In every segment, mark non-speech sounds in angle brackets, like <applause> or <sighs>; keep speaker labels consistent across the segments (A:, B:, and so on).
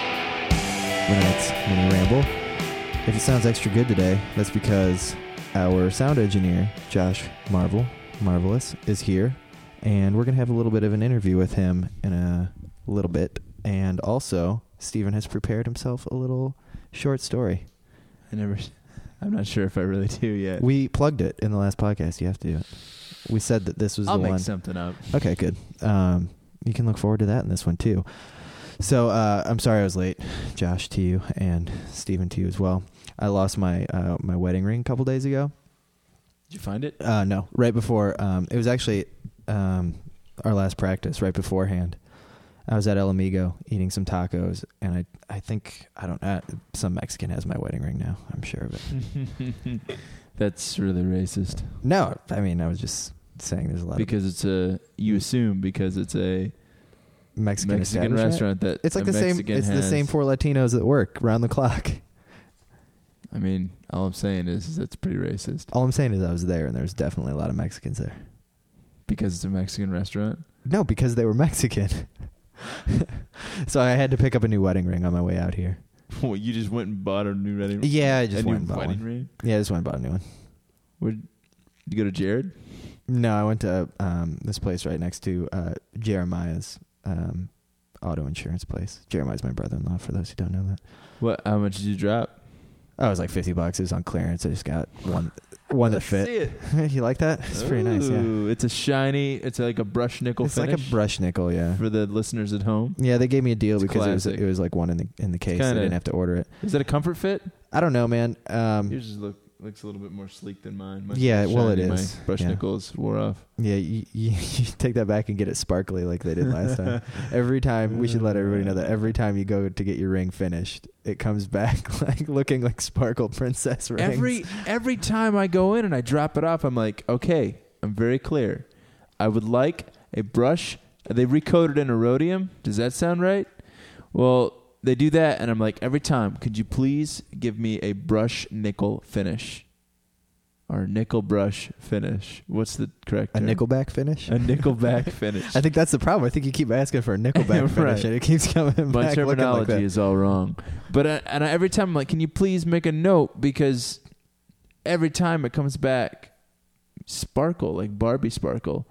A: When it's Mini Ramble. If it sounds extra good today, that's because our sound engineer, Josh Marvel, Marvelous, is here. And we're going to have a little bit of an interview with him in a little bit. And also, Steven has prepared himself a little short story.
B: I never. <laughs> I'm not sure if I really do yet.
A: We plugged it in the last podcast. You have to do it. We said that this was
B: I'll
A: the
B: make
A: one.
B: something up.
A: Okay, good. Um, you can look forward to that in this one too. So uh, I'm sorry I was late, Josh, to you and Stephen to you as well. I lost my uh, my wedding ring a couple days ago.
B: Did you find it?
A: Uh, no, right before um, it was actually um, our last practice. Right beforehand, I was at El Amigo eating some tacos, and I I think I don't uh, some Mexican has my wedding ring now. I'm sure of it.
B: That's really racist
A: No, I mean I was just saying there's a lot
B: because it's a. You assume because it's a
A: of Mexican,
B: Mexican
A: establishment.
B: restaurant that
A: It's like the
B: a
A: same.
B: Mexican
A: It's the
B: has.
A: same four Latinos that work round the clock.
B: I mean, all I'm saying is, is that's pretty racist
A: All I'm saying is I was there, and there was definitely a lot of Mexicans there.
B: because it's a Mexican restaurant. <laughs>
A: No, because they were <laughs> Mexican. so I had to pick up a new wedding ring on my way out here.
B: Well, you just went and bought a new wedding.
A: Yeah, I just
B: a new
A: went and bought
B: wedding
A: one.
B: ring.
A: Yeah, I just went and bought a new one.
B: Where did you go to Jared?
A: No, I went to um, this place right next to uh, Jeremiah's um, auto insurance place. Jeremiah's my brother-in-law. For those who don't know that,
B: What? How much did you drop?
A: oh, it was like fifty bucks. It was on clearance. I just got one, one <laughs> that fit.
B: See it.
A: you like that? It's pretty nice. Yeah,
B: Ooh, It's a shiny. It's like a brush nickel
A: it's like
B: finish
A: a brush nickel. Yeah.
B: for the listeners at home.
A: Yeah, they gave me a deal
B: It's
A: because it was,
B: classic.
A: it was like one in the in the case. I
B: kinda-
A: didn't have to order it.
B: Is that a comfort fit?
A: I don't know, man. Um,
B: Yours is look looks a little bit more sleek than mine. Mine's
A: Yeah, well, it
B: shiny. My
A: is.
B: brush
A: Yeah.
B: nickels wore off.
A: Yeah, you, you, <laughs> you take that back and get it sparkly like they did last time. Every time we should let everybody know that every time you go to get your ring finished, it comes back <laughs> like looking like sparkle princess rings.
B: Every every time I go in and I drop it off, I'm like, okay, I'm very clear. I would like a brush. They recoded in a rhodium. Does that sound right? Well, they do that, and I'm like, every time, could you please give me a brush nickel finish, or nickel brush finish? What's the correct?
A: a
B: term?
A: nickelback finish. <laughs>
B: A nickelback finish.
A: I think that's the problem. I think you keep asking for a
B: <laughs>
A: nickelback
B: Right.
A: finish, and it keeps coming
B: My
A: back looking like
B: terminology
A: that.
B: is all wrong. But I, and I, every time I'm like, can you please make a note because every time it comes back, sparkle like Barbie sparkle,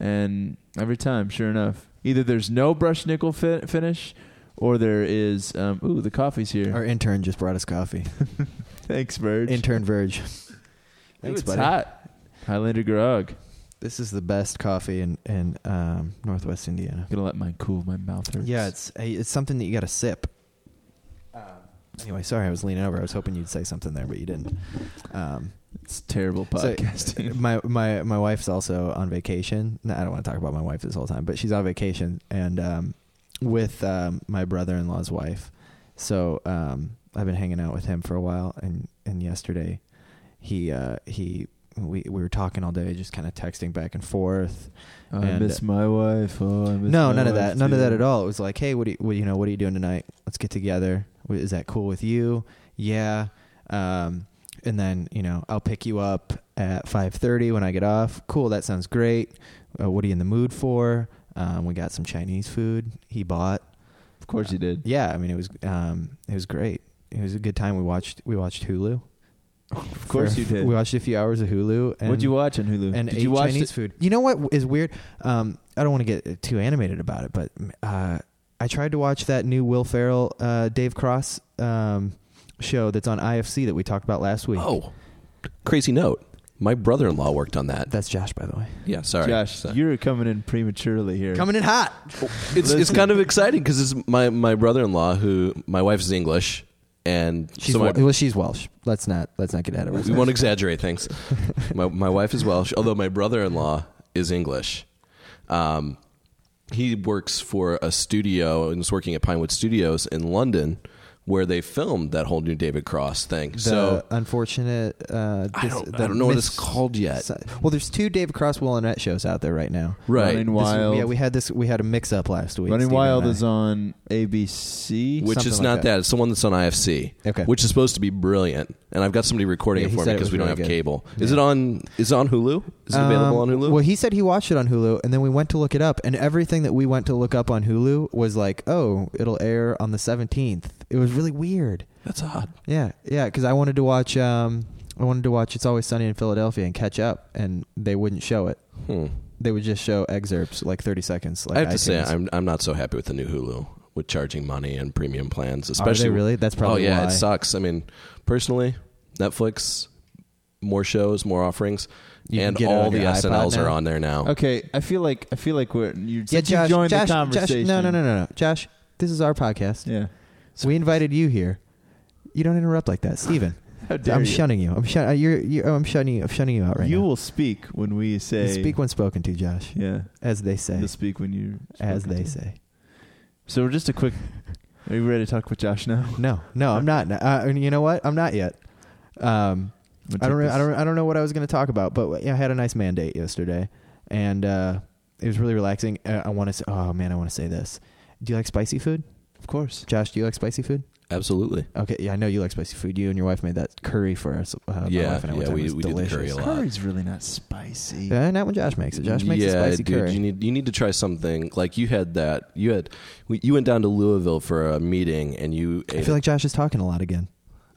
B: and every time, sure enough, either there's no brush nickel fi- finish, or there is. Um, ooh, the coffee's here.
A: Our intern just brought us coffee.
B: Thanks, Verge.
A: intern Verge.
B: Ooh,
A: Thanks,
B: it's
A: buddy.
B: hot. Highlander Grog.
A: This is the best coffee in in um, Northwest Indiana.
B: I'm gonna let mine cool. My mouth hurts.
A: Yeah, it's hey, it's something that you got to sip. Anyway, sorry, I was leaning over. I was hoping you'd say something there, but you didn't. Um,
B: it's terrible
A: so, <laughs>
B: podcasting.
A: my my my wife's also on vacation. No, I don't want to talk about my wife this whole time, but she's on vacation and um, with um, my brother-in-law's wife. So um, I've been hanging out with him for a while, and and yesterday he uh, he we we were talking all day, just kind of texting back and forth.
B: Oh, I
A: and- uh,
B: miss my wife. Oh, I miss
A: no,
B: my
A: none of
B: wife,
A: that. None of
B: too.
A: that at all. It was like, hey, what do you, what, you know? What are you doing tonight? Let's get together. Wh- Is that cool with you? Yeah. Um, and then you know, I'll pick you up at five thirty when I get off. Cool. That sounds great. Uh, what are you in the mood for? Um, we got some Chinese food. He bought.
B: Of course you did.
A: Yeah, I mean, it was um, it was great. It was a good time. We watched we watched Hulu.
B: Of course you
A: <laughs>
B: did.
A: We watched a few hours of Hulu. And
B: What'd you watch on Hulu?
A: and
B: did
A: ate
B: you watch
A: Chinese
B: the-
A: food. You know what is weird? Um, I don't want to get too animated about it, but uh, I tried to watch that new Will Ferrell, uh, Dave Cross um, show that's on IFC that we talked about last week.
C: Oh, crazy note. My brother in law worked on that.
A: that's Josh, by the way,
C: Yeah, sorry.
B: Josh,
C: So-
B: you're coming in prematurely here.
A: coming in hot.
C: it's it's
B: Listen.
C: kind of exciting because it's my, my brother in law who my wife's English and
A: She's
C: so my,
A: Wel- well, she's Welsh. Let's not let's not get out of
C: we
A: it.
C: won't
A: <laughs>
C: exaggerate things. My my wife is Welsh, although my brother in law is English. Um, he works for a studio and is working at Pinewood Studios in London, where they filmed that whole new David Cross thing.
A: The
C: so
A: unfortunate. Uh,
C: I
A: dis-
C: don't,
A: the
C: I don't know what it's
A: mis-
C: called yet.
A: Well, there's two Dave Cross Will and Arnett shows out there right now.
C: Right.
B: Running
A: This-
B: Wild.
A: yeah, we had this. We had a mix up last week.
B: Running
A: Steven
B: Wild
A: and I.
B: is on ABC.
C: which
A: Something
C: is
A: like
C: not
A: that.
C: that. It's the one that's on IFC.
A: Okay.
C: Which is supposed to be brilliant, and I've got somebody recording
A: Yeah,
C: it
A: he
C: for me
A: said it
C: because
A: was
C: we don't
A: really
C: have
A: good.
C: cable. Is it on? Is it on Hulu? Is it available on
A: Um,
C: Hulu?
A: Well, he said he watched it on Hulu, and then we went to look it up, and everything that we went to look up on Hulu was like, "Oh, it'll air on the 17th." It was really weird.
C: That's odd.
A: Yeah, yeah, because I wanted to watch. Um, I wanted to watch "It's Always Sunny in Philadelphia" and catch up, and they wouldn't show it.
C: Hmm.
A: They would just show excerpts, like 30 seconds. Like
C: I have to say,
A: iTunes.
C: I'm I'm not so happy with the new Hulu with charging money and premium plans,
A: Are they
C: especially
A: really. That's
C: Oh
A: probably
C: yeah,
A: why.
C: it sucks. I mean, personally, Netflix, more shows, more offerings,
A: You can
C: and
A: get it
C: all
A: on
C: the
A: your iPod
C: SNLs are
A: now?
C: on there now.
B: Okay, I feel like I feel like we're you
A: Yeah,
B: since you
A: Josh.
B: joined
A: Josh,
B: the
A: Josh,
B: conversation.
A: no, no, no, no, no, Josh. This is our podcast.
B: Yeah.
A: So we invited you here. You don't interrupt like that, Steven.
B: How dare
A: I'm
B: you?
A: shunning you. I'm shun. You're, you're. oh, I'm shunning you. I'm shunning you out right
B: you
A: now.
B: will speak when we say
A: Speak when spoken to, Josh.
B: Yeah.
A: As they say.
B: You'll speak when you
A: as
B: spoken
A: they
B: to.
A: say.
B: So we're just a quick Are you ready to talk with Josh <laughs> now?
A: No, no, I'm not. Uh, and you know what? I'm not yet. Um,
B: I'm gonna
A: I don't.
B: take
A: re- I
B: this.
A: don't. I don't know what I was going to talk about, but yeah, I had a nice mandate yesterday, and uh, it was really relaxing. Uh, I want to. say Oh man, I want to say this. Do you like spicy food,
B: Of course.
A: Josh? Do you like spicy food?
C: Absolutely.
A: Okay, yeah, I know you like spicy food. You and your wife made that curry for us. Uh, my
C: Yeah,
A: wife and I one
C: yeah,
A: time. It
C: we-
A: was
C: we did the
A: delicious.
C: curry a lot.
B: Curry's really not spicy.
A: Yeah, not when Josh makes it. Josh makes
C: yeah,
A: a spicy
C: dude,
A: curry.
C: You need you need to try something like you had that you had we- you went down to Louisville for a meeting and you ate
A: I feel like Josh is talking a lot again.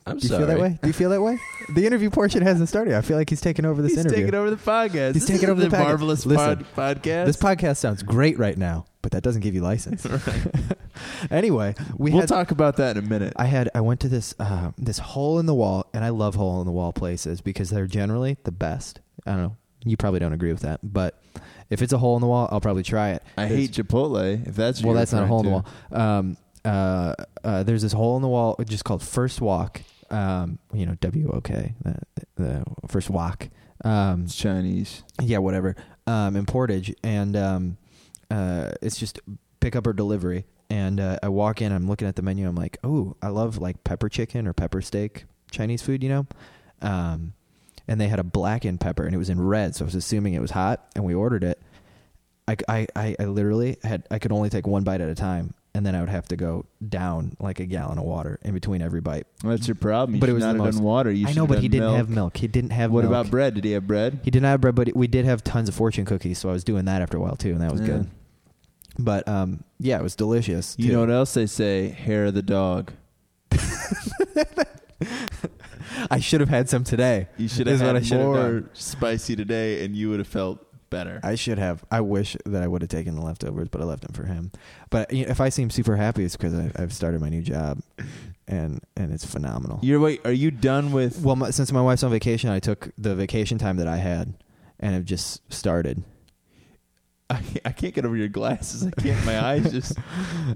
C: I'm
A: Do you
C: sorry.
A: feel that way? Do you feel that
B: <laughs>
A: way? the interview portion hasn't started. I feel like he's taking over this
B: He's
A: interview.
B: taking over the podcast.
A: He's
B: This
A: taking
B: is
A: over the podcast.
B: marvelous
A: Listen,
B: pod- podcast.
A: This podcast sounds great right now, but that doesn't give you license.
B: <laughs>
A: <laughs> anyway, we
B: we'll
A: had
B: talk about that in a minute.
A: I had I went to this uh, this hole in the wall, and I love hole in the wall places because they're generally the best. I don't know. You probably don't agree with that, but if it's a hole in the wall, I'll probably try it.
B: I hate Chipotle. If that's
A: well,
B: what you're
A: that's not a hole in the
B: referring
A: wall. Um, uh, uh, there's this hole in the wall just called First Walk. Um, you know, W O K, the, the First Walk.
B: to.
A: Um,
B: It's Chinese.
A: yeah, whatever, um, in Portage, and um, uh, it's just pickup or delivery. And uh, I walk in, I'm looking at the menu, I'm like, oh, I love like pepper chicken or pepper steak Chinese food, you know. Um, and they had a blackened pepper, and it was in red, so I was assuming it was hot, and we ordered it. I, I, I, I literally had I could only take one bite at a time, and then I would have to go down like a gallon of water in between every bite.
B: Well, that's your problem. You
A: But it
B: should
A: was
B: not
A: the
B: have
A: most-
B: done water. You
A: I
B: should
A: know,
B: have
A: but he
B: done
A: didn't
B: milk.
A: have milk. He didn't have
B: What
A: milk.
B: about bread? Did he have bread?
A: He did not have bread, but we did have tons of fortune cookies, so I was doing that after a while too, and that was
B: Yeah.
A: good. But um, yeah, it was delicious.
B: You
A: too.
B: know what else they say? Hair of the dog.
A: I should have had some today.
B: You should
A: This
B: have
A: is what I
B: had
A: should have
B: more
A: done.
B: spicy today, and you would have felt better.
A: I should have. I wish that I would have taken the leftovers, but I left them for him. But you know, if I seem super happy, it's because I've started my new job, and and it's phenomenal.
B: You're wait. Are you done with? <laughs>
A: well, my, since my wife's on vacation, I took the vacation time that I had, and have just started.
B: I, I can't get over your glasses. I can't. My
A: <laughs>
B: eyes just. You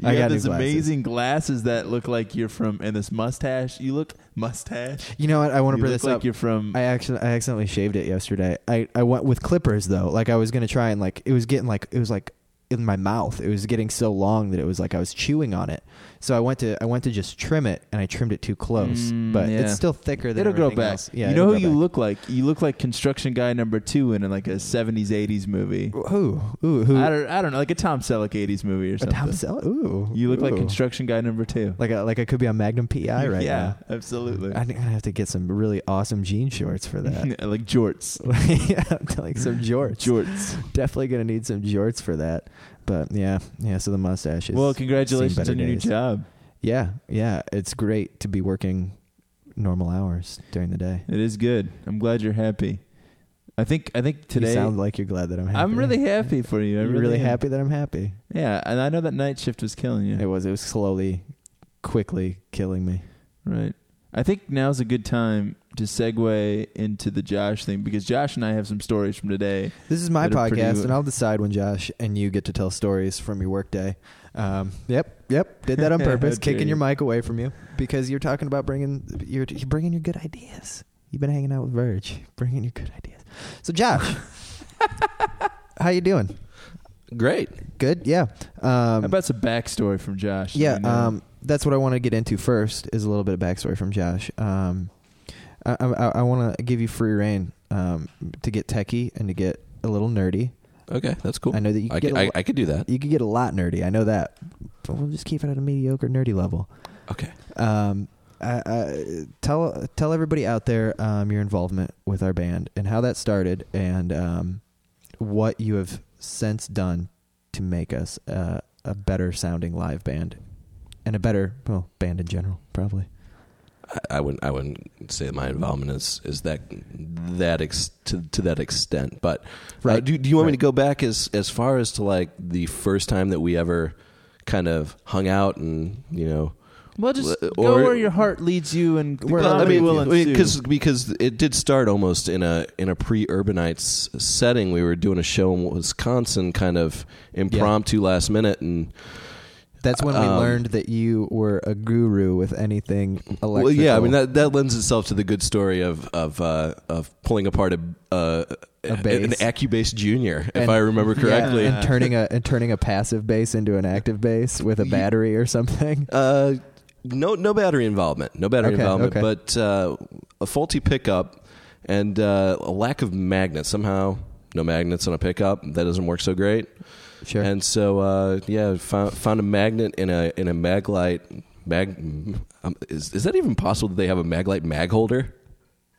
A: I got
B: have
A: new
B: these
A: glasses.
B: amazing glasses that look like you're from, and this mustache. You look mustache.
A: You know what? I want to
B: You
A: bring
B: look
A: this
B: like
A: up.
B: You're from.
A: I actually I accidentally shaved it yesterday. I I went with clippers though. Like I was gonna try and like it was getting like it was like in my mouth. It was getting so long that it was like I was chewing on it. So I went to I went to just trim it and I trimmed it too close,
B: Mm,
A: but
B: yeah.
A: it's still thicker than
B: it'll grow
A: everything
B: back.
A: else. Yeah,
B: you know
A: it'll
B: who you
A: grow
B: look like? You look like construction guy number two in like a '70s '80s movie.
A: back. Who ooh who?
B: I don't. I don't know, like a Tom Selleck '80s movie or
A: a
B: something.
A: Tom Selleck? Ooh,
B: You look like
A: ooh.
B: construction guy number two.
A: like a like I could be on Magnum PI right
B: yeah,
A: now.
B: absolutely.
A: I think I have to get some really awesome jean shorts for
B: <laughs>
A: that. <laughs>
B: like jorts.
A: yeah, like <laughs> some jorts.
B: Jorts.
A: Definitely gonna need some jorts for that. But yeah, yeah. So the mustache is
B: well, congratulations
A: better
B: on your
A: days.
B: new job.
A: Yeah, yeah. It's great to be working normal hours during the day.
B: It is good. I'm glad you're happy. I think I think
A: you
B: today
A: sound like you're glad that I'm happy.
B: I'm really happy for you. I
A: You're
B: really,
A: really,
B: am.
A: happy that I'm happy.
B: Yeah, and I know that night shift was killing you.
A: It was. It was slowly, quickly killing me.
B: Right. I think now's a good time to segue into the Josh thing because Josh and I have some stories from today.
A: This is my
B: That are
A: podcast,
B: pretty-
A: and I'll decide when Josh and you get to tell stories from your workday. Um, yep, yep. Did
B: <laughs>
A: that on purpose,
B: How dare
A: kicking your
B: you.
A: mic away from you because you're talking about bringing you're, you're bringing your good ideas. You've been hanging out with Verge, bringing your good ideas. So,
B: <laughs>
A: Josh, how you doing?
C: Great.
A: Good. Yeah. Um,
B: How about some backstory from Josh?
A: Yeah,
B: You know,
A: um, that's what I want to get into first is a little bit of backstory from Josh. Um, I, I, I want to give you free reign um, to get techie and to get a little nerdy.
C: Okay, that's cool.
A: I know that you
C: I,
A: can
C: c-
A: get a
C: I-
A: lo-
C: I could do that.
A: you could get a lot nerdy. I know that, but we'll just keep it at a mediocre nerdy level.
C: Okay.
A: Um, uh, uh, tell tell everybody out there um, your involvement with our band and how that started and um, what you have since done to make us uh, a better sounding live band and a better well band in general probably.
C: I, I wouldn't. I wouldn't say my involvement is is that that ex, to to that extent. But uh,
A: Right.
C: do do you want me
A: Right.
C: to go back as as far as to like the first time that we ever kind of hung out and you know
B: Well, just
C: Well,
B: go
C: or-
B: where your heart leads you, and the
A: Well,
B: comedy
C: I mean,
B: will
C: I mean,
B: ensue.
C: because it did start almost in a in a pre urbanites setting. We were doing a show in Wisconsin, kind of impromptu last minute, and
A: That's when we
C: Um,
A: learned that you were a guru with anything electrical.
C: well, yeah, I mean that that lends itself to the good story of of uh, of pulling apart a, uh,
A: A bass.
C: an Acubase Junior, if
A: And-
C: I remember
A: Yeah,
C: correctly.
A: and turning a and turning a passive bass into an active bass with a
C: Ye-
A: battery or something.
C: Uh, no, no battery involvement. No battery
A: Okay,
C: involvement.
A: okay.
C: But uh, a faulty pickup and uh, a lack of magnets. Somehow, no magnets on a pickup. That doesn't work so great.
A: Sure.
C: And so, uh, yeah, found, found a magnet in a in a maglite mag. Um, is is that even possible that they have a maglite mag holder?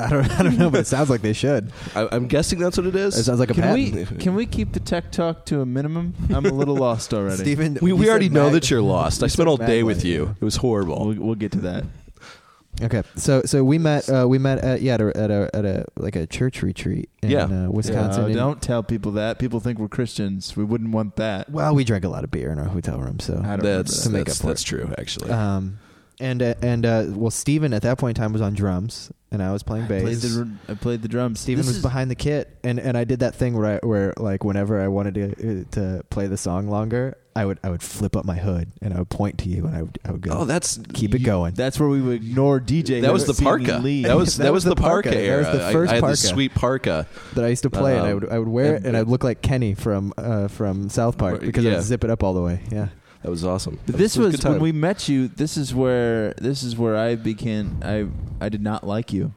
A: I don't I don't know, but it sounds like they should.
C: I, I'm guessing that's what it is.
A: It sounds like a
B: can
A: patent.
B: we can we keep the tech talk to a minimum? I'm a little lost already.
A: Steven,
C: we
A: you
C: we
A: said
C: already know
A: mag-
C: that you're lost. I
A: you said
C: spent all day
A: maglite.
C: with you. It was horrible.
B: We'll, we'll get to that.
A: Okay, so so we met uh, we met at yeah at a, at a at a like a church retreat in
C: Yeah.
A: uh, Wisconsin.
B: No,
A: and-
B: don't tell people that. People think we're Christians. We wouldn't want that.
A: Well, we drank a lot of beer in our hotel room, so
B: I don't
C: that's
A: To make
C: that's,
A: up for
C: that's true. Actually,
A: um, and uh, and uh, well, Steven at that point in time was on drums, and I was playing
B: remember that.
A: bass.
B: I played the, dr- I played the drums.
A: Steven
B: This
A: was
B: is-
A: behind the kit, and, and I did that thing where I, where like whenever I wanted to uh, to play the song longer, I would I would flip up my hood and I would point to you, and I would I would go
C: oh, that's
A: keep it going.
B: That's where we would ignore DJ.
C: That was the
B: Hennessy
C: parka.
B: Lee.
A: <laughs>
C: That was that, was, the parka, era.
A: That was the
C: I-
A: first
C: I, had
A: parka.
C: this sweet parka.
A: that I used to play, and I
C: Um,
A: would I would wear it,
C: and-
A: and I'd look like Kenny from uh, from South Park
C: Right,
A: because
C: yeah.
A: I'd zip it up all the way. Yeah,
C: That was awesome.
B: But
C: That
B: this
C: that a
B: was
C: good time.
B: when we met you. This is where this is where I began. I I did not like you.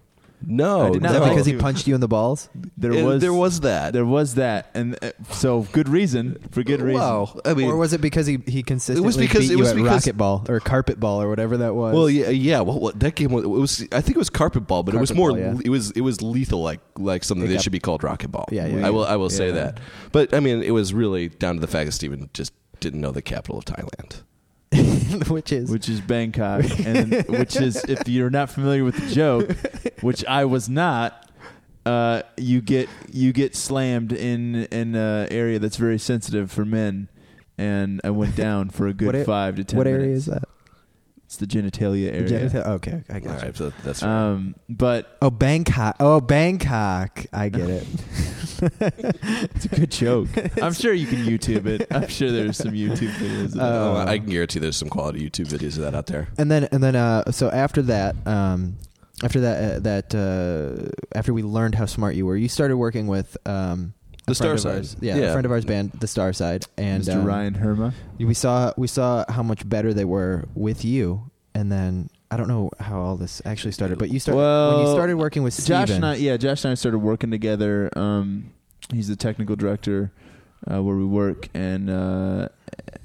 C: no
B: I did
A: Is
B: not
A: that
C: no.
B: like
A: because he
B: you.
A: punched you in the balls?
B: There
C: It-
B: was
C: there was that
B: there was that, and uh, so good reason for good reason.
C: Wow. I mean,
A: or was it because he he consistently
C: because-
A: beat
C: it was
A: you at
C: because-
A: rocket ball or carpet ball or whatever that was?
C: well, yeah, yeah. Well, what, that game was, it was. I think it was carpet ball, but it was
A: Carpet
C: more.
A: ball, yeah.
C: It was it was lethal, like like something
A: It
C: that
A: got-
C: should be called rocket ball.
A: Yeah, yeah,
C: I will I will say
B: yeah.
C: that. But I mean, it was really down to the fact that Steven just didn't know the capital of Thailand.
A: <laughs> which is
B: which is Bangkok, and which is if you're not familiar with the joke, which I was not, uh, you get you get slammed in in an area that's very sensitive for men, and I went down for a good
A: What a-
B: five to ten.
A: what
B: minutes.
A: area is that?
B: It's the genitalia area.
A: Genita- okay, I Uh,
C: All
A: got you.
C: right, so that's
B: Um, but
A: Oh, Bangkok. Oh, Bangkok. I get it.
B: <laughs> it's a
A: <laughs>
B: good joke. <laughs> I'm sure you can YouTube it. I'm sure there's some YouTube videos. Of that.
A: uh,
C: Oh, I can guarantee there's some quality YouTube videos of that out there.
A: and then and then uh, so after that um, after that uh, that uh, after we learned how smart you were, you started working with um, a
C: The
A: friend
C: Star
A: of ours-
C: Side.
A: yeah, a
C: Yeah.
A: friend of ours band, the Star Side, and
B: Mr.
A: um,
B: Ryan Herma.
A: we saw we saw how much better they were with you, and then I don't know how all this actually started, but you started when you
B: Well,
A: started working with Steven,
B: Josh and I, yeah, Josh and I started working together. Um, he's the technical director uh, where we work, and uh,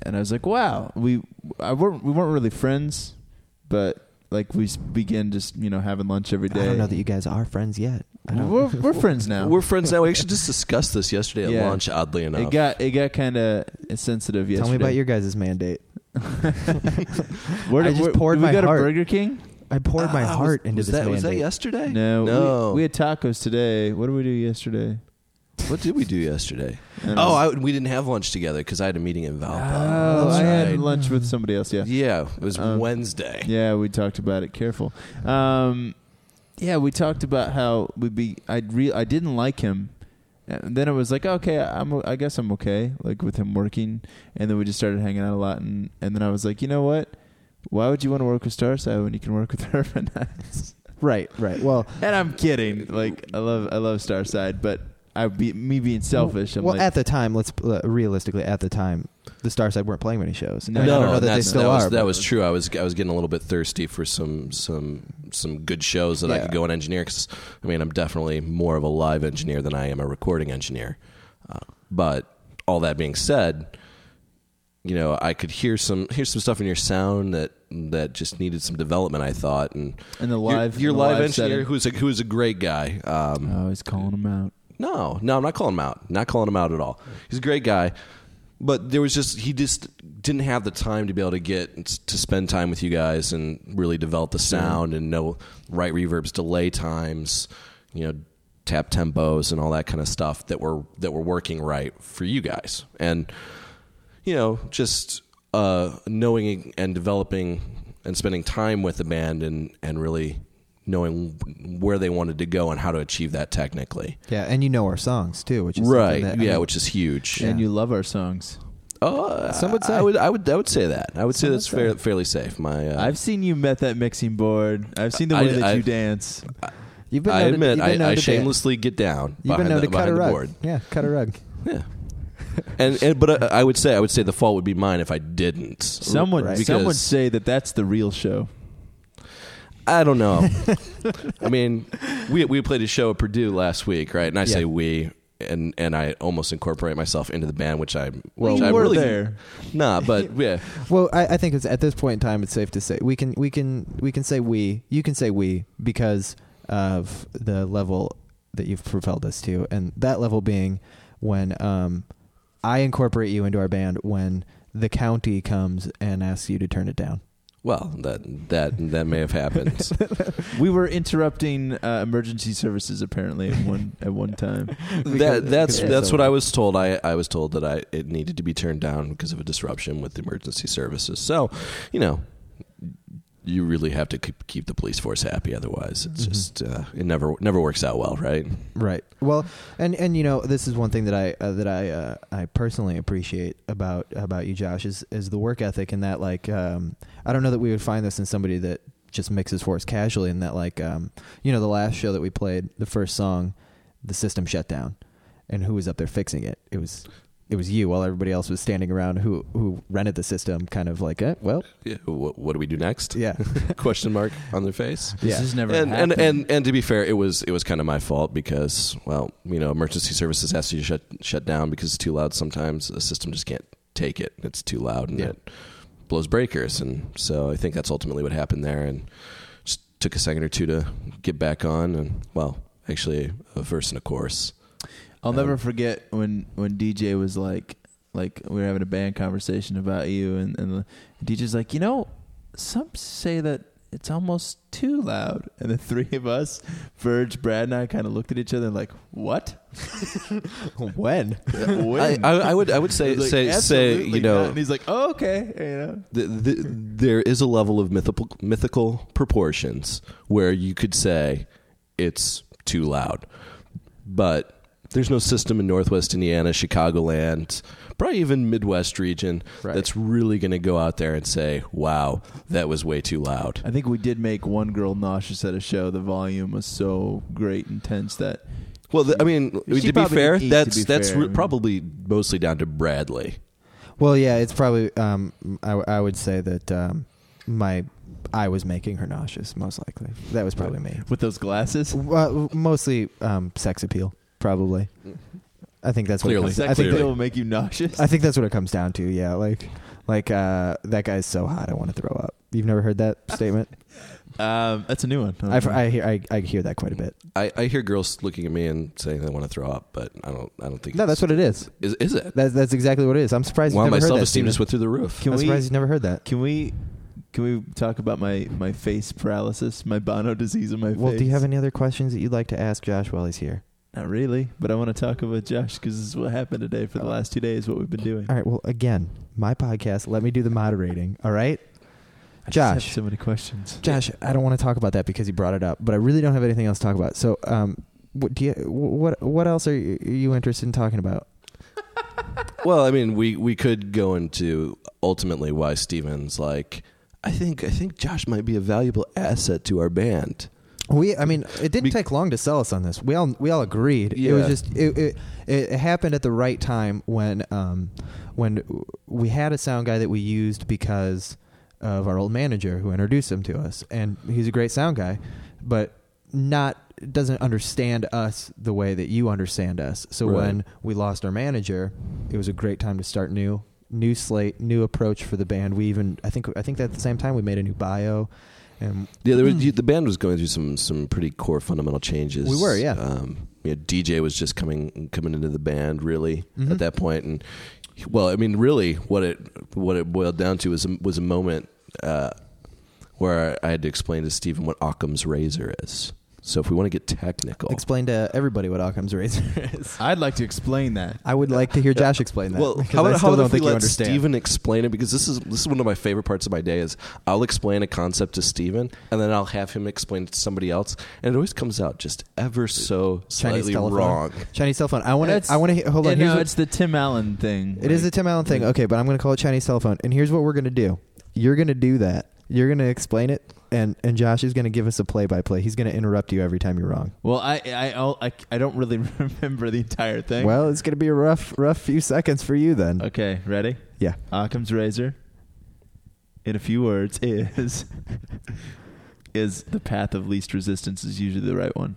B: and I was like, wow, we I weren't we weren't really friends, but like we s- began just you know having lunch every
A: I
B: day.
A: don't know that you guys are friends yet. I don't.
B: we're, we're friends now.
C: We're friends now. We actually just discussed this yesterday at
B: Yeah.
C: lunch. Oddly enough,
B: it got it got kind of sensitive yesterday.
A: <laughs> Tell me about your guys' mandate.
B: Where
A: I
B: did-
A: just
B: where-
A: poured
B: did we
A: my
B: go to
A: heart.
B: Burger King.
A: I poured my
C: Ah, was-
A: heart into
C: was
A: this
C: that,
A: mandate.
C: Was that yesterday?
B: No, we-
C: no.
B: We, had tacos today. What did we do yesterday?
C: what did we do
A: <laughs>
C: yesterday?
B: I don't
C: Oh,
B: know.
C: I, we didn't have lunch together because I had a meeting in Valpo.
B: Oh,
C: That's
B: I
C: right.
B: had lunch with somebody else. Yeah,
C: Yeah, it was
B: Um,
C: Wednesday.
B: Yeah, we talked about it. Careful. Um, yeah, we talked about how we be. I re- I didn't like him. And then it was like, okay, I'm. I guess I'm okay. Like with him working, and then we just started hanging out a lot. And and then I was like, you know what? Why would you want to work with Starside when you can work with <laughs> Urban Eyes?
A: Right, right. Well,
B: and I'm kidding. Like I love I love Starside, but I be me being selfish. I'm
A: well,
B: like,
A: at the time, let's uh, realistically, at the time, the Starside weren't playing many shows.
B: No,
A: And I
B: no,
A: don't know that they
C: that's-
A: still
C: was,
A: are.
C: That
A: but-
C: was true. I was I was getting a little bit thirsty for some some some good shows that I
A: Yeah.
C: could go and engineer. 'cause, I mean, I'm definitely more of a live engineer than I am a recording engineer. Uh, but all that being said, you know, I could hear some here's some stuff in your sound that that just needed some development. I thought, and
B: And the
C: your-
B: live
C: your,
B: the
C: live,
B: live
C: engineer,
B: setting.
C: who's a, who's a great guy. Um,
B: Oh, he's calling him out.
C: no, no, I'm not calling him out. Not calling him out at all. He's a great guy, but there was just he just didn't have the time to be able to get to spend time with you guys and really develop the sound and know right reverbs, delay times, you know, tap tempos and all that kind of stuff that were that were working right for you guys. And you know, just uh, knowing and developing and spending time with the band and and really knowing where they wanted to go and how to achieve that technically
A: Yeah, and you know our songs too, which is something
C: right?
A: That,
C: yeah,
A: I mean,
C: which is huge.
B: And you love our songs.
C: Oh,
A: Some would say.
C: I would, I would, I would say that. I would say
A: Some
C: that's
A: would say.
C: fair, fairly safe. My, uh,
B: I've seen you met that mixing board. I've seen the
C: I-
B: way that
C: I-
B: you dance.
A: you've been
C: I
A: known
C: admit,
A: to, you've been known
C: I, I
A: to
C: shamelessly get down
A: You've been
C: behind,
A: known
C: the,
A: to cut a
C: behind the
A: rug.
C: board.
A: Yeah, cut a rug.
C: Yeah, and, and but I, I would say, I would say the fault would be mine if I didn't.
B: Someone,
A: Right.
B: someone
C: Because-
B: say that that's the real show.
C: I don't know. I mean, we we played a show at Purdue last week, right? And I say
A: Yeah.
C: we. And and I almost incorporate myself into the band, which I'm
A: Well,
C: which
B: you
C: I'm
B: were
C: really,
B: there.
A: <laughs>
C: Nah, but yeah,
A: Well, I, I think it's at this point in time, it's safe to say we can we can we can say we you can say we because of the level that you've propelled us to, and that level being when um, I incorporate you into our band when the county comes and asks you to turn it down.
C: well that that that may have happened.
B: We were interrupting uh, emergency services apparently at one at one <laughs> time.
A: Because-
C: that that's
A: because
C: that's
A: so-
C: what I was told. I I was told that I it needed to be turned down because of a disruption with emergency services. So, you know, you really have to keep, keep the police force happy. Otherwise, it's
A: Mhm.
C: just uh, it never never works out well, right?
A: Right. Well, and and you know, this is one thing that I uh, that I uh, I personally appreciate about about you, Josh, is is the work ethic and that like um, I don't know that we would find this in somebody that just mixes for us casually and that like um, you know the last show that we played the first song the system shut down and who was up there fixing it it was it was you while everybody else was standing around who who rented the system kind of like eh, well
C: Yeah, What, what do we do next?
A: yeah
C: <laughs> Question mark on their face.
B: This
A: Yeah.
B: has never
C: and, and
B: happened.
C: and and to be fair, it was it was kind of my fault because well, you know, emergency services has to be shut shut down because it's too loud. Sometimes a system just can't take it; it's too loud and
A: Yeah.
C: it blows breakers. And so I think that's ultimately what happened there. And just took a second or two to get back on. And well, actually, a verse and a chorus.
B: I'll never
C: Um,
B: forget when when DJ was like like we were having a band conversation about you and and the, DJ's like, "You know, some say that it's almost too loud." And the three of us, Verge, Brad and I kind of looked at each other and like, <laughs> "What?
A: when
C: I,
B: when?"
C: I, I would I would say
B: It was <laughs> like,
C: say say
B: "Absolutely
C: you know
B: not." and he's like, "Oh, okay." You know.
C: the, the, there is a level of mythical mythical proportions where you could say it's too loud, but there's no system in Northwest Indiana, Chicagoland, probably even Midwest region
A: Right.
C: that's really going to go out there and say, "Wow, that was way too loud."
B: I think we did make one girl nauseous at a show. The volume was so great and tense that
C: Well, th- I mean,
B: She
C: to be
B: probably
C: fair,
B: didn't eat, to
C: that's
B: be
C: that's
B: fair,
C: re-
B: I mean.
C: probably mostly down to Bradley.
A: Well, yeah, it's probably. Um, I, I would say that um, my I was making her nauseous, most likely. That was probably me.
B: with those glasses.
A: Uh, mostly um, sex appeal, probably. I think that's what.
C: Clearly.
A: it comes,
B: Sex
A: I think.
B: appeal
A: That,
B: will make you nauseous.
A: I think that's what it comes down to. Yeah, like, like uh, that guy's so hot, I want to throw up. You've never heard that statement?
B: <laughs> um, that's a new one.
A: I've, I hear I, I hear that quite a bit.
C: I, I hear girls looking at me and saying they want to throw up, but I don't. I don't think.
A: No, that's
C: it's-
A: what it is.
C: is. Is it?
A: That's that's exactly what it is. I'm surprised
C: Wow,
A: you've
C: my
A: never heard
C: self
A: that.
C: esteem
A: Steven.
C: just went through the roof.
B: Can
A: I'm
B: we-
A: surprised you've never heard that.
B: Can we can we talk about my my face paralysis, my Bono disease in my face?
A: Well, do you have any other questions that you'd like to ask Josh while he's here?
B: Not really, but I want to talk about Josh because this is what happened today for the last two days. What we've been doing.
A: Oh. All right. Well, again, my podcast. Let me do the moderating. All right,
B: I just have
A: Josh.
B: so many questions.
A: Josh. I don't want to talk about that because you brought it up, but I really don't have anything else to talk about. So, um, what do you? What what else are you, are you interested in talking about?
C: Well, I mean, we we could go into ultimately why Stevens like I think I think Josh might be a valuable asset to our band.
A: We. I mean, it didn't
C: Be-
A: take long to sell us on this. We all we all agreed. It was
C: Yeah.
A: just it, it it happened at the right time when um when we had a sound guy that we used because of our old manager who introduced him to us, and he's a great sound guy, but not doesn't understand us the way that you understand us. So
C: Right.
A: when we lost our manager, it was a great time to start new new slate, new approach for the band. We even I think I think that at the same time we made a new bio, and
C: Yeah, there was, the band was going through some some pretty core fundamental changes.
A: Hmm. We were, yeah.
C: Um, you know, DJ was just coming coming into the band really
A: Mhm.
C: at that point, and well, I mean, really, what it what it boiled down to was a, was a moment uh, where I had to explain to Stephen what Occam's razor is. So if we want to get technical,
A: explain to everybody what Occam's
C: <laughs>
A: razor is.
B: I'd like to explain that.
A: I would like to hear Josh explain that.
C: Well,
A: because
C: how about,
A: I
C: how
A: still
C: about
A: don't
C: if
A: think
C: we
A: you
C: let
A: understand.
C: Steven explain it because this is this is one of my favorite parts of my day is I'll explain a concept to Steven and then I'll have him explain it to somebody else and it always comes out just ever so
A: Chinese
C: slightly
A: telephone.
C: wrong.
A: Chinese telephone. I want to. I want to. Hold on.
B: You
A: here's
B: know,
A: what-
B: it's the Tim Allen thing.
A: It is a Tim Allen thing. Okay, but I'm going to call it Chinese cell phone. And here's what we're going to do. You're going to do that. You're going to explain it, and and Josh is going to give us a play by play. He's going to interrupt you every time you're wrong.
B: Well, I I I'll- I I don't really <laughs> remember the entire thing.
A: Well, it's going to be a rough rough few seconds for you then.
B: okay, ready?
A: Yeah.
B: Occam's razor, in a few words, is <laughs> is the path of least resistance is usually the right one.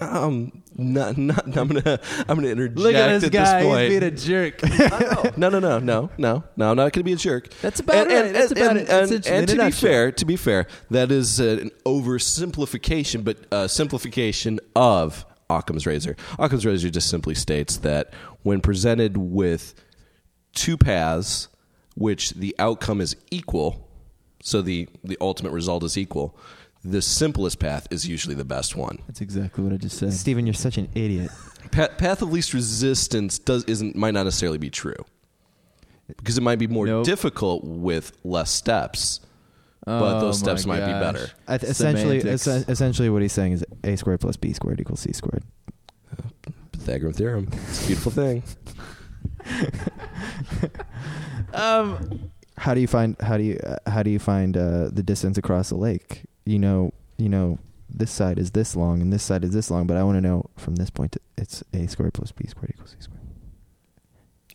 C: Um, not, not, I'm gonna I'm gonna interject
B: Look at this
C: at
B: guy;
C: this
B: he's
C: point.
B: being <laughs> a jerk.
C: no, no, no, no, no, no! I'm not going to be a jerk.
B: That's about
C: and, and-
B: right. That's
C: and-
B: about
C: and-
B: it.
C: And,
B: Essentially,
C: and
B: in
C: to
B: a
C: be
B: nutshell.
C: fair, to be fair, that is uh, an oversimplification, but uh, simplification of Occam's Razor. Occam's Razor just simply states that when presented with two paths, which the outcome is equal, so the the ultimate result is equal, the simplest path is usually the best one.
B: That's exactly what I just said.
A: Steven, you're such an idiot.
C: Path, path of least resistance does isn't might not necessarily be true because it might be more
B: Nope.
C: difficult with less steps. But those
B: Oh
C: steps
B: my
C: might be
B: gosh.
C: better.
A: I- essentially,
B: Semantics.
A: essen- essentially, what he's saying is a squared plus b squared equals c squared.
C: Pythagorean theorem, it's a beautiful thing.
B: um,
A: How do you find how do you uh, how do you find uh, the distance across the lake? You know, you know, this side is this long and this side is this long, but I want to know from this point to, it's a squared plus b squared equals c squared.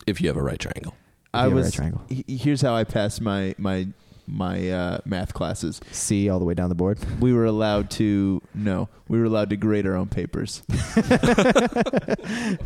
C: If you have a right triangle,
B: I
A: Yeah, right
B: was.
A: triangle.
B: he- Here's how I passed my my my uh, math classes.
A: C all the way down the board. <laughs>
B: We were allowed to no. We were allowed to grade our own papers.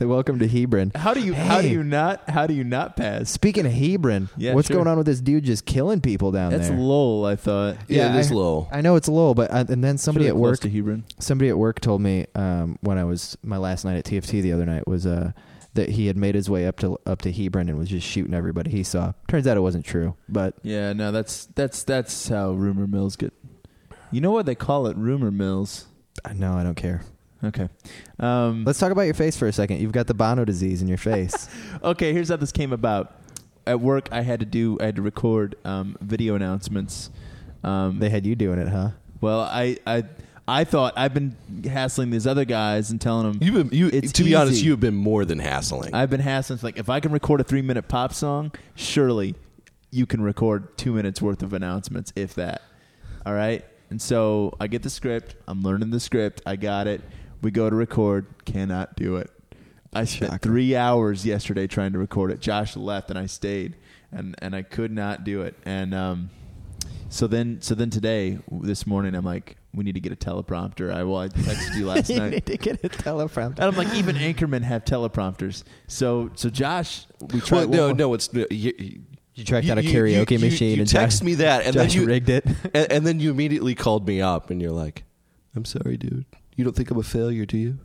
A: Welcome to Hebron.
B: How do you how do
A: Hey.
B: you not how do you not pass?
A: Speaking of Hebron,
B: Yeah,
A: what's
B: sure.
A: going on with this dude just killing people down
B: That's
A: there?
B: lol. I thought
A: Yeah,
C: yeah, it is
A: I-
C: low.
A: I know it's Lowell, but I, and then somebody
B: Really
A: at
B: close
A: work
B: to Hebron.
A: somebody at work told me um, when I was my last night at TFT the other night was uh, that he had made his way up to up to Hebron and was just shooting everybody he saw. Turns out it wasn't true, but
B: Yeah, no, that's that's that's how rumor mills get. You know what they call it? Rumor mills.
A: I no, I don't care.
B: Okay.
C: Mm.
B: Um,
A: Let's talk about your face for a second. You've got the Bono disease in your
C: <laughs>
A: face.
B: okay, here's how this came about. At work, I had to do I had to record um, video announcements. Um,
A: they had you doing it, huh?
B: well, I I I thought I've been hassling these other guys and telling them
C: You've been, you,
B: It's
C: to be honest,
B: easy.
C: you have been more than hassling.
B: I've been hassling. Like, if I can record a three minute pop song, surely you can record two minutes worth of announcements, if that. All right. And so I get the script. I'm learning the script. I got it. We go to record. Cannot do it. I spent
A: Shocker.
B: three hours yesterday trying to record it. Josh left and I stayed, and and I could not do it. And um, so then so then today this morning I'm like, we need to get a teleprompter. I well I texted
A: <laughs>
B: you last
A: you
B: night.
A: need to get a teleprompter.
B: And I'm like, even Anchorman have teleprompters. So, so Josh, we
C: Well,
B: tried.
C: no, no, it's you, you,
A: You tracked
C: you-
A: out a
C: you-
A: karaoke
C: you- you-
A: machine
C: You
A: and
C: text
A: Josh-
C: me that, and then
A: Josh
C: you
A: rigged
C: <laughs>
A: it.
C: and, and then you immediately called me up, and you're like, "I'm sorry, dude. You don't think I'm a failure, do you?"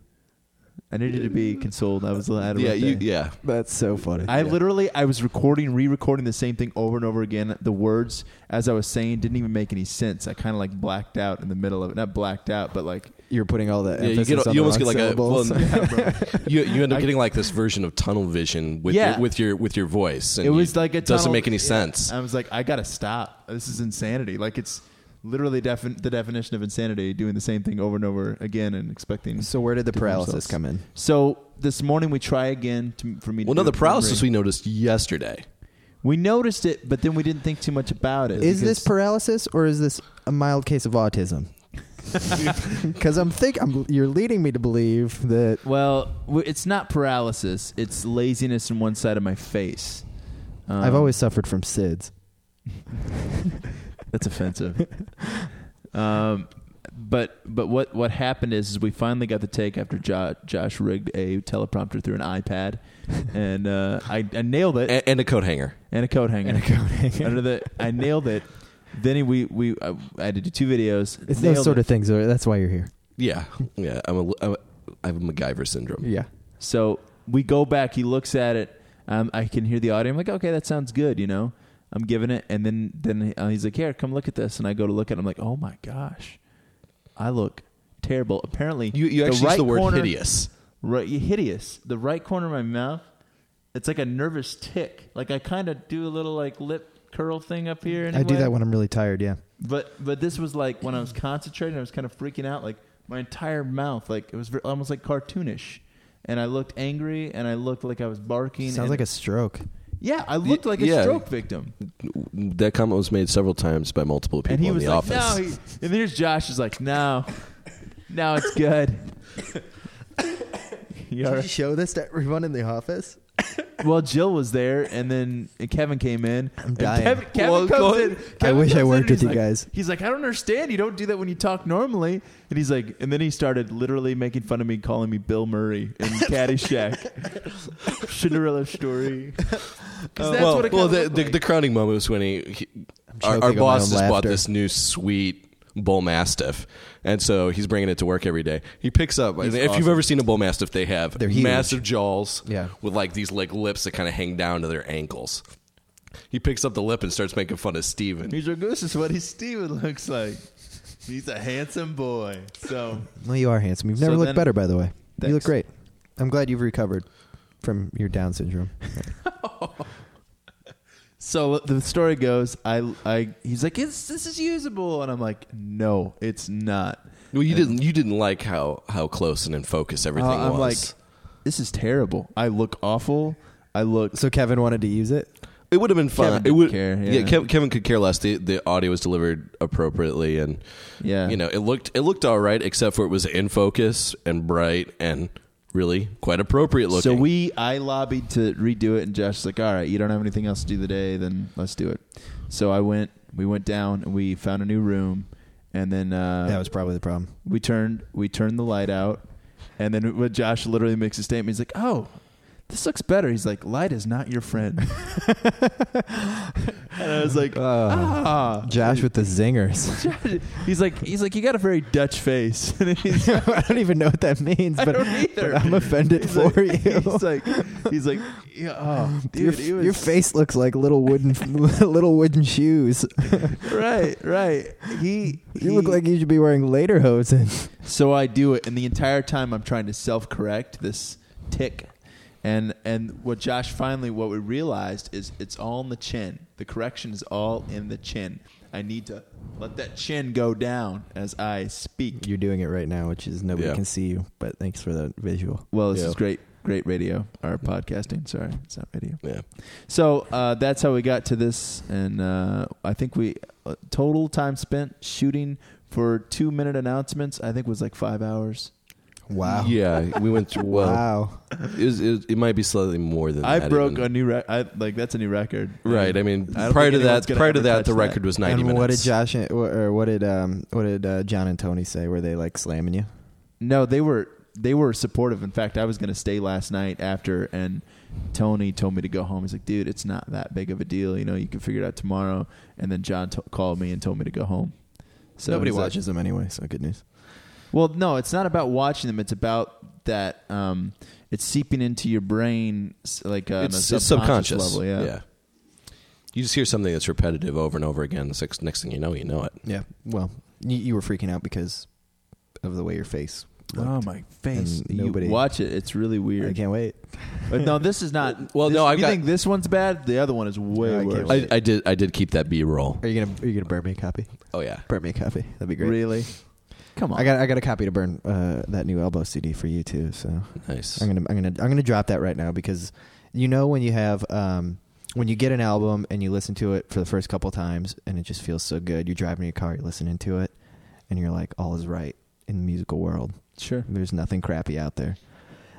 B: I needed to be consoled. I was, I had a
C: Yeah,
B: rough
C: you,
B: day.
C: yeah.
A: That's so funny.
B: I
C: yeah.
B: literally, I was recording, re-recording the same thing over and over again. The words, as I was saying, didn't even make any sense. I kind of like blacked out in the middle of it. Not blacked out, but like
A: You're putting all the
C: Yeah, you
A: emphasis
C: get-
A: on the
C: you almost
A: wrong
C: get like a- well,
A: syllables.
C: <laughs> you you end up
B: I-
C: getting like this version of tunnel vision with
B: Yeah.
C: your, with your with your voice. And
B: it was
C: you-
B: like it
C: doesn't make any sense.
B: I was like, I gotta stop. This is insanity. Like it's literally defin- the definition of insanity, doing the same thing over and over again and expecting.
A: so where did the
B: different
A: paralysis
B: results.
A: come in?
B: So this morning we try again to, for me. to
C: well, no,
B: do
C: the
B: it for
C: paralysis
B: free.
C: we noticed yesterday.
B: we noticed it, but then we didn't think too much about it.
A: Is this
B: because-
A: paralysis or is this a mild case of autism? Because I'm think I'm, you're leading me to believe that
B: well? w- It's not paralysis. It's laziness in one side of my face. Um,
A: I've always suffered from SIDS. <laughs>
B: that's offensive. um, but but what what happened is, is we finally got the take after jo- Josh rigged a teleprompter through
A: <laughs>
B: an iPad, and uh, I, I nailed it
C: and, and a coat hanger.
B: and a coat hanger.
A: And a coat hanger.
B: <laughs> Under the, I nailed it. Then we we I, I had to do two videos.
A: <laughs> It's
B: nailed
A: those sort
B: it.
A: of things. or That's why you're here.
C: Yeah, yeah. I'm a, I'm a, I have a MacGyver syndrome.
A: Yeah.
B: So we go back. He looks at it. Um, I can hear the audio. I'm like, okay, that sounds good. You know, I'm giving it. And then then uh, he's like, here, come look at this. And I go to look at. it. I'm like, oh my gosh, I look terrible. Apparently,
C: You you actually use
B: right
C: the word
B: corner-
C: hideous.
B: Right, hideous. The right corner of my mouth. It's like a nervous tick. Like I kind of do a little like lip curl thing up here.
A: I do
B: anyway.
A: that when I'm really tired. Yeah.
B: But but this was like when I was concentrating, I was kind of freaking out. Like my entire mouth, like it was ver almost like cartoonish, and I looked angry, and I looked like I was barking.
A: Sounds
B: and-
A: like a stroke.
B: yeah, I looked like a
C: Yeah.
B: stroke victim.
C: That comment was made several times by multiple people
B: and he
C: in
B: was
C: the
B: like,
C: office.
B: no, he, and there's Josh is like, no, no, it's
C: <laughs>
B: good. <laughs> You all right?
A: show this to everyone in the office?
B: Well, Jill was there, and then Kevin came in.
A: I'm
B: And
A: dying.
B: Kevin, Kevin
C: Well, go
B: comes
C: ahead.
B: in. Kevin
A: wish I
B: comes in
A: worked
B: and
A: with
B: he's
A: you
B: like-
A: guys.
B: He's like, I don't understand. You don't do that when you talk normally. And he's like, and then he started literally making fun of me, calling me Bill Murray
A: <laughs>
B: in Caddyshack, Cinderella story.
A: <laughs>
B: Uh, 'Cause that's
C: Oh. well,
B: what it
C: well,
B: kinda
C: the,
B: looked
C: the,
B: like.
C: the crowning moment was when he, he- our,
A: choking
C: our
A: on my
C: boss
A: own
C: just bought
A: laughter.
C: this new sweet bull mastiff, and so he's bringing it to work every day. He picks up. and if you've
B: awesome.
C: ever seen a bull mastiff, they have
A: They're huge.
C: massive jaws,
A: Yeah.
C: with like these like lips that kind of hang down to their ankles. He picks up the lip and starts making fun of Steven.
B: He's like, this is what his Steven looks like. He's a handsome boy. So
A: Well, you are handsome. You've never
B: So
A: looked
B: then-
A: better, by the way. You look
B: Thanks.
A: great. I'm glad you've recovered from your Down syndrome.
B: So the story goes, I, I, he's like, it's, this is usable, and I'm like, no, it's not.
C: Well, you didn't you didn't like how how close and in focus everything
B: Uh, I'm
C: was.
B: like, this is terrible. I look awful. I look.
A: so Kevin wanted to use it.
C: It would have been fun.
B: Kevin
C: it
B: didn't
C: would,
B: care,
C: yeah.
B: yeah.
C: Kev, Kevin could care less. The the audio was delivered appropriately, and
B: Yeah.
C: you know, it looked it looked all right, except for it was in focus and bright and really quite appropriate looking.
B: So we, I lobbied to redo it, and Josh's like, all right, you don't have anything else to do today, then let's do it. So I went. We went down and we found a new room, and then uh,
A: that was probably the problem.
B: we turned we turned the light out and then when josh literally makes a statement he's like oh this looks better he's like light is not your
A: <laughs>
B: friend <laughs> and i was like ah
A: Uh, Josh with the zingers.
B: Josh- <laughs> he's like he's like you got a very dutch face <laughs> and he's
A: <laughs> I don't even know what that means,
B: I
A: but,
B: don't either.
A: but I'm offended
B: he's <laughs>
A: for
B: like,
A: you.
B: he's like he's like yeah,
A: <laughs>
B: oh
A: your,
B: dude it was
A: your face looks like little <laughs> wooden little wooden shoes.
B: right right he
A: <laughs> You look
B: he-
A: like you should be wearing later <laughs> hosen.
B: So I do it, and the entire time I'm trying to self-correct this tick, and and what Josh finally what we realized is it's all in the chin. The correction is all in the chin. I need to let that chin go down as I speak.
A: You're doing it right now, which is nobody
C: Yeah.
A: can see you. But thanks for that visual.
B: Well, this
C: Yeah.
B: is great, great radio or podcasting. Sorry, it's not radio.
C: yeah.
B: So uh, that's how we got to this, and uh, I think we uh, total time spent shooting for two minute announcements. I think was like five hours. Oh.
A: Wow.
C: Yeah, we went through. Well,
A: Wow.
C: it, was, it, was- it might be slightly more than
B: I
C: that
B: broke
C: even.
B: a new record. I like that's a new record.
C: right. I mean,
B: I don't
C: prior
B: think
C: to
B: anyone's
C: that,
B: gonna
C: prior to
B: ever
C: that,
B: touch
C: the
B: that.
C: record was ninety
A: and
C: minutes.
A: what did Josh and, wh- or what did um what did uh, John and Tony say? Were they like slamming you?
B: No, they were they were supportive. In fact, I was going to stay last night after, and Tony told me to go home. He's like, "Dude, it's not that big of a deal. You know, you can figure it out tomorrow." And then John t- called me and told me to go home. So
A: Nobody
B: he's like-
A: watches them anyway, so good news.
B: well, no, it's not about watching them. It's about that. Um, it's seeping into your brain, s- like uh,
C: It's,
B: on a
C: it's subconscious.
B: level. Yeah.
C: You just hear something that's repetitive over and over again. The next, next thing you know, you know it.
A: Yeah. Well, you, you were freaking out because of the way your face. Looked.
B: Oh my face!
A: And
B: You
A: nobody-
B: watch it; it's really
A: I
B: weird.
A: can't wait.
B: But no, this is
A: <laughs>
B: not.
C: Well,
B: this-
C: no, I've
B: you
C: got-
B: think this one's bad. The other one is
A: I
B: way
A: can't
B: worse.
A: wait.
C: I, I did. I did keep that B roll.
A: Are you gonna Are you gonna burn me a copy?
C: Oh yeah.
A: Burn me a copy. That'd be great.
B: Really? Come on.
A: I got I got a copy to burn uh, that new elbow CD for you too. So
C: Nice.
A: I'm gonna I'm gonna I'm gonna drop that right now because you know when you have um when you get an album and you listen to it for the first couple times and it just feels so good. You're driving in your car, you're listening to it, and you're like, all is right in the musical world.
B: sure.
A: There's nothing crappy out there.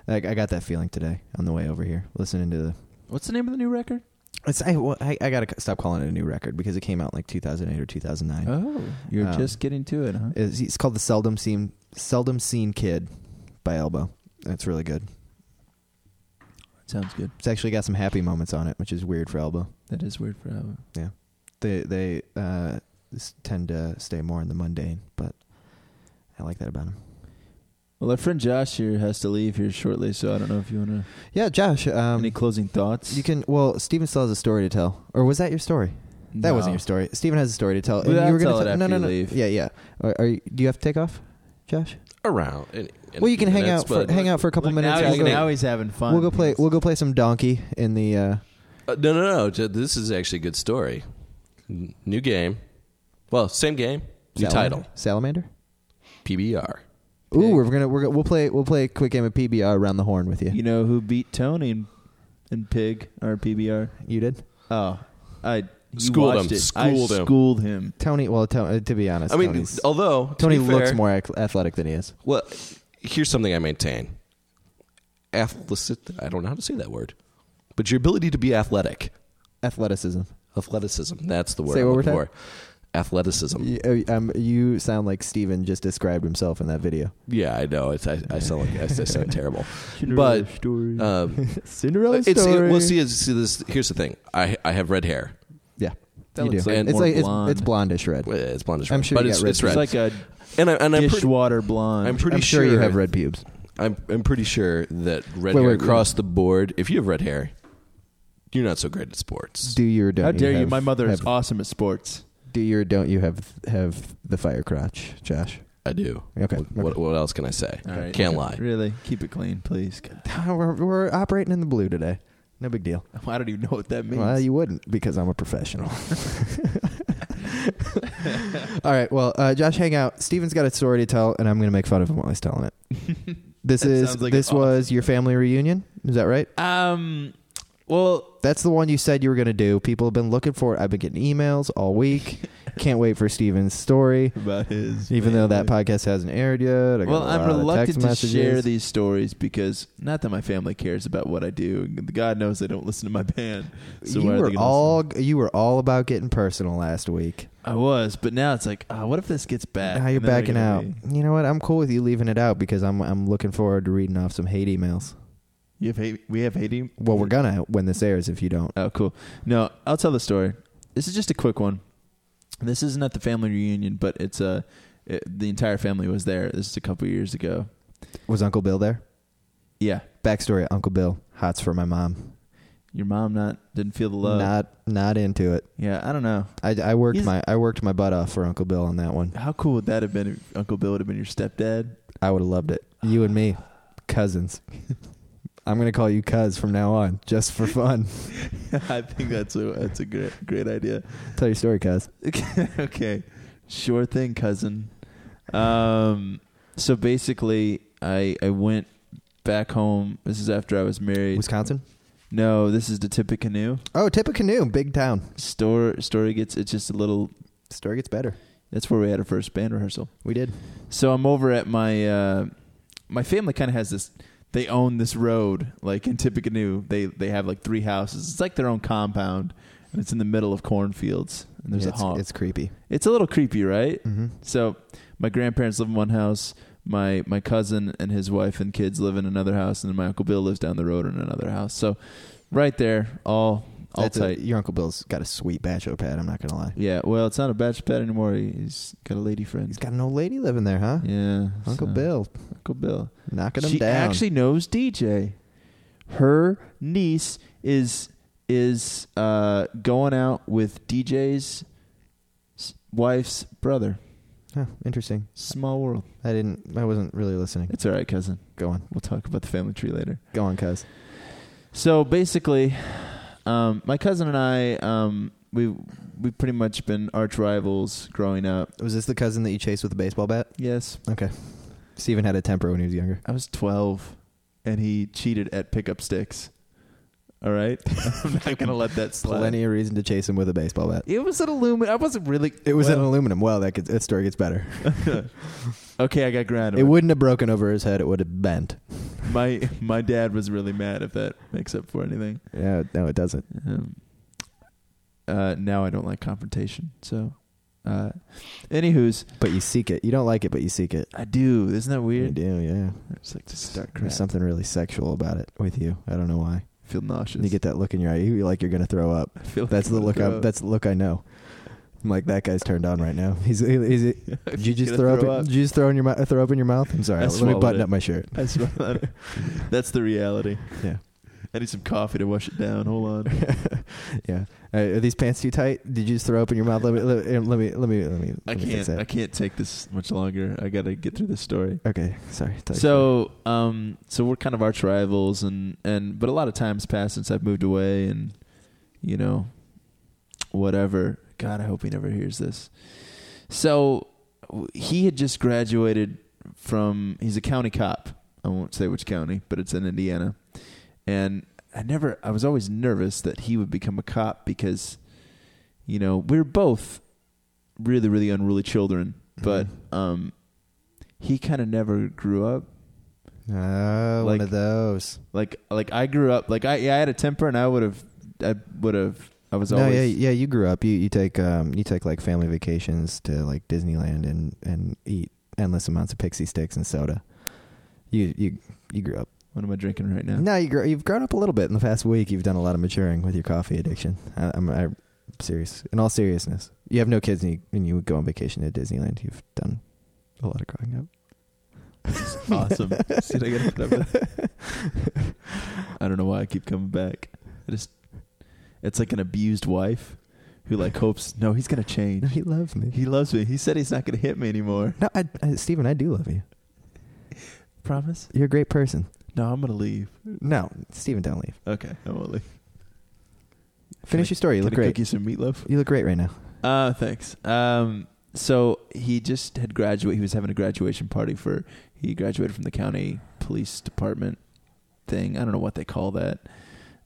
A: Like I got that feeling today on the way over here, listening to the
B: What's the name of the new record?
A: It's I, well, I, I gotta stop calling it a new record because it came out in like 2008 or 2009.
B: Oh, you're
A: Um,
B: just getting to it, huh?
A: It's, it's called the Seldom Seen Seldom Seen Kid by Elbow. It's really good.
B: Sounds good.
A: It's actually got some happy moments on it, which is weird for Elbow.
B: That is weird for Alvin.
A: They they uh, s- tend to stay more in the mundane, but I like that about them.
B: Well, our friend Josh here has to leave here shortly, so I don't know if you want to.
A: Yeah, Josh. Um,
B: any closing thoughts?
A: you can. Well, Steven still has a story to tell, or was that your story? That wasn't your story. Steven has a story to tell.
B: Well,
A: you
B: I'll tell it
A: tell-
B: after
A: no, no,
B: you
A: no.
B: leave.
A: Yeah, yeah. Are, are you, do you have to take off, Josh?
C: around. in- in
A: well, you can hang
C: minutes,
A: out for
C: but-
A: hang out for a couple
B: Look,
A: minutes.
B: Now,
A: We'll
B: he's,
A: go,
B: now he's having fun.
A: we'll go play. We'll go play some donkey in the. Uh,
C: Uh, no, no, no. ju- This is actually a good story. N- New game. Well, same game. New
A: salamander-
C: title.
A: Salamander.
C: PBR.
A: Ooh, we're gonna we're gonna, we'll play we'll play a quick game of PBR around the horn with you.
B: You
A: You,
B: know who beat Tony in, in Pig or PBR?
A: did,
B: Oh, I you
C: Schooled
B: watched
C: him.
B: It.
C: Schooled
B: I
C: him.
B: schooled him.
A: Tony. Well, to, uh, to be honest,
C: I mean,
A: Tony's-
C: although to
A: Tony
C: be
A: looks
C: fair-
A: more ac- athletic than he is.
C: Well, here's something I maintain. Athletic. I don't know how to say that word, but your ability to be athletic,
A: Athleticism.
C: athleticism. That's the word.
A: Say it
C: I'm
A: one more
C: looking
A: time.
C: for. Athleticism. Yeah.
A: You, uh, um, you sound like Steven just described himself in that video.
C: I know. It's I, I sound like
A: <laughs>
C: I sound terrible, but
B: uh,
C: um,
A: Cinderella
C: it's it,
A: story.
C: well. See, it's- see this. Here's the thing. I I have red hair.
A: yeah,
B: That
A: you do.
B: looks like
A: it's
B: more
A: like
B: blonde.
A: it's it's blondish red.
C: It's blondish.
A: I'm
C: red,
A: sure
C: but
A: you
C: it's,
A: got red
C: it's
A: hair.
C: red.
B: It's like a
C: and I, and I'm pretty,
B: dishwater blonde.
C: I'm pretty
A: I'm sure, you have red pubes.
C: I'm I'm pretty sure that red
A: Wait,
C: hair
A: wait,
C: across the board. If you have red hair, you're not so great at sports.
A: Do you or don't?
B: How dare you?
A: have-
B: My mother is
A: have-
B: awesome at sports.
A: Do you or don't you have have the fire crotch, Josh?
C: I do.
A: Okay.
C: What, what, what else can I say?
B: All right.
C: Can't lie.
B: Really, keep it clean, please. God, <laughs>
A: We're, we're operating in the blue today. No big deal.
B: I don't even know what that means.
A: Well, you wouldn't because I'm a professional. All right. Well, uh, Josh, hang out. Steven's got a story to tell, and I'm going to make fun of him while he's telling it. This
B: That
A: is
B: sounds like
A: this
B: an
A: was your family reunion. Is that right?
B: <laughs> um, well,
A: That's the one you said you were going to do. People have been looking for it. I've been getting emails all
B: <laughs>
A: week. Can't wait for Steven's story.
B: about his.
A: Even though that
B: family.
A: podcast hasn't aired yet. I got
B: Well,
A: a
B: I'm
A: lot of text
B: reluctant to
A: messages.
B: share these stories because not that my family cares about what I do. God knows they don't listen to my band. So
A: you
B: why are they
A: were
B: gonna
A: all you were all about getting personal last week.
B: listen? I was, but now it's like, ah, what if this gets back?
A: Now you're
B: And then they're
A: backing
B: gonna
A: out.
B: be-
A: You know what? I'm cool with you leaving it out because I'm I'm looking forward to reading off some hate emails.
B: You have hate, we have hating.
A: Well, we're gonna when this airs if you don't.
B: Oh, cool. No, I'll tell the story. This is just a quick one. This isn't at the family reunion, but it's uh, it, the entire family was there. This is a couple years ago.
A: Was Uncle Bill there?
B: Yeah,
A: Backstory: Uncle Bill, hots for my mom.
B: your mom not didn't feel the love.
A: Not not into it.
B: Yeah, I don't know.
A: I, I worked
B: He's-
A: my I worked my butt off for Uncle Bill on that one.
B: How cool would that have been if Uncle Bill would have been your stepdad? <laughs>
A: I would have loved it. You and me, cousins. <laughs> I'm gonna call you Cuz from now on, just for fun. <laughs>
B: I think that's a that's a great great idea.
A: Tell your story, Cuz.
B: <laughs> okay. Sure thing, cousin. Um, so basically, I I went back home. This is after I was married.
A: Wisconsin.
B: No, this is the Tippecanoe.
A: Oh, Tippecanoe, big town.
B: Store story gets it's just a little.
A: Story gets better.
B: That's where we had our first band rehearsal.
A: We did.
B: So I'm over at my uh, my family. Kind of has this. They own this road, like in Tippecanoe. They they have like three houses. It's like their own compound, and it's in the middle of cornfields. And there's
A: it's,
B: a hog.
A: It's creepy.
B: it's a little creepy, right?
A: Mm-hmm.
B: So my grandparents live in one house. My my cousin and his wife and kids live in another house, and then my uncle Bill lives down the road in another house. So right there, all all
A: That's a-
B: tight.
A: your Uncle Bill's got a sweet bachelor pad. I'm not gonna lie.
B: yeah. Well, it's not a batch pad anymore. He's got a lady friend.
A: He's got an old lady living there, huh?
B: yeah,
A: Uncle
B: so-
A: Bill
B: Uncle Bill.
A: knocking him
B: She
A: down.
B: actually knows DJ. Her niece is is uh, going out with DJ's s- wife's brother.
A: Huh, interesting.
B: Small world.
A: I didn't. I wasn't really listening.
B: It's all right, cousin.
A: Go on.
B: We'll talk about the family tree later.
A: Go on, cuz.
B: So basically, um, my cousin and I, um, we we pretty much been arch rivals growing up.
A: Was this the cousin that you chased with a baseball bat?
B: Yes,
A: Steven had a temper when he was younger.
B: I was twelve, and he cheated at pickup sticks. All right, <laughs> I'm not gonna let <laughs> that slide.
A: Plenty of reason to chase him with a baseball bat.
B: It was an aluminum. I wasn't really.
A: It was an
B: well,
A: aluminum. Well, that, gets, that story gets better.
B: <laughs> okay. I got grounded.
A: It wouldn't have broken over his head. It would have bent.
B: my my dad was really mad if that makes up for anything.
A: Yeah, no, it doesn't.
B: Um, uh, now I don't like confrontation. So, uh, anywho's,
A: But you seek it. You don't like it, but you seek it.
B: I do. Isn't that
A: You
B: weird?
A: do, yeah.
B: It's like just start crap.
A: There's something really sexual about it with you. I don't know why.
B: I feel nauseous.
A: You get that look in your eye. You feel like you're gonna throw up.
B: I feel like
A: That's
B: I'm
A: the
B: gonna
A: look. I,
B: throw up. <laughs>
A: that's the look I know. I'm like that guy's turned on right now. He's. he's, he's did
B: <laughs>
A: you just
B: Gonna
A: throw,
B: throw
A: up? <laughs>
B: up.
A: Did you just throw in your mouth? Throw up in your mouth? I'm sorry.
B: I
A: Let me button
B: swallowed
A: up my shirt. <laughs>
B: I swear on it. <laughs> That's the reality.
A: Yeah.
B: I need some coffee to wash it down. Hold
A: <laughs>
B: on.
A: yeah. Uh, are these pants too tight? Did you just throw up in your mouth? Let me. Let, me- let me. Let me. Let me.
B: I
A: let me fix
B: can't.
A: that.
B: I can't take this much longer. I gotta get through this story.
A: Okay. Sorry. Tell your
B: So, um, so we're kind of arch rivals, and and but a lot of times passed since I've moved away, and you know, whatever. God, I hope he never hears this. So, w- he had just graduated from. He's a county cop. I won't say which county, but it's in Indiana, and I never. I was always nervous that he would become a cop because, you know, we were both really, really unruly children, but
A: Mm-hmm.
B: um, he kind of never grew up
A: story. Oh, one
B: like-
A: of those.
B: like like I grew up like I yeah, I had a temper and I would have I would have I was
A: No, yeah,
B: always
A: yeah. You grew up. You you take um you take like family vacations to like Disneyland and and eat endless amounts of pixie sticks and soda. You you you grew up.
B: what am I drinking right now? <laughs>
A: No, you grow, you've grown up a little bit in the past week. You've done a lot of maturing with your coffee addiction. I, I'm, I'm serious. In all seriousness, you have no kids and you, and you go on vacation to Disneyland. You've done a lot of growing up. <laughs>
B: awesome. See, I, gotta put up with- I don't know why I keep coming back. I just it's like an abused wife who like hopes no he's gonna
A: No,
B: change.
A: he loves me.
B: He loves me. He said he's not gonna hit me anymore.
A: No, I, I, Stephen, I do love you.
B: Promise?
A: You're a great person.
B: No, I'm gonna leave.
A: No, Stephen, don't leave.
B: Okay, I won't leave.
A: Finish
B: Can I-
A: your story. You
B: Can
A: look
B: I
A: great.
B: cook you some meatloaf?
A: You look great right now.
B: Uh, thanks. Um, so he just had graduated. He was having a graduation party for. He graduated from the county police department thing. I don't know what they call that.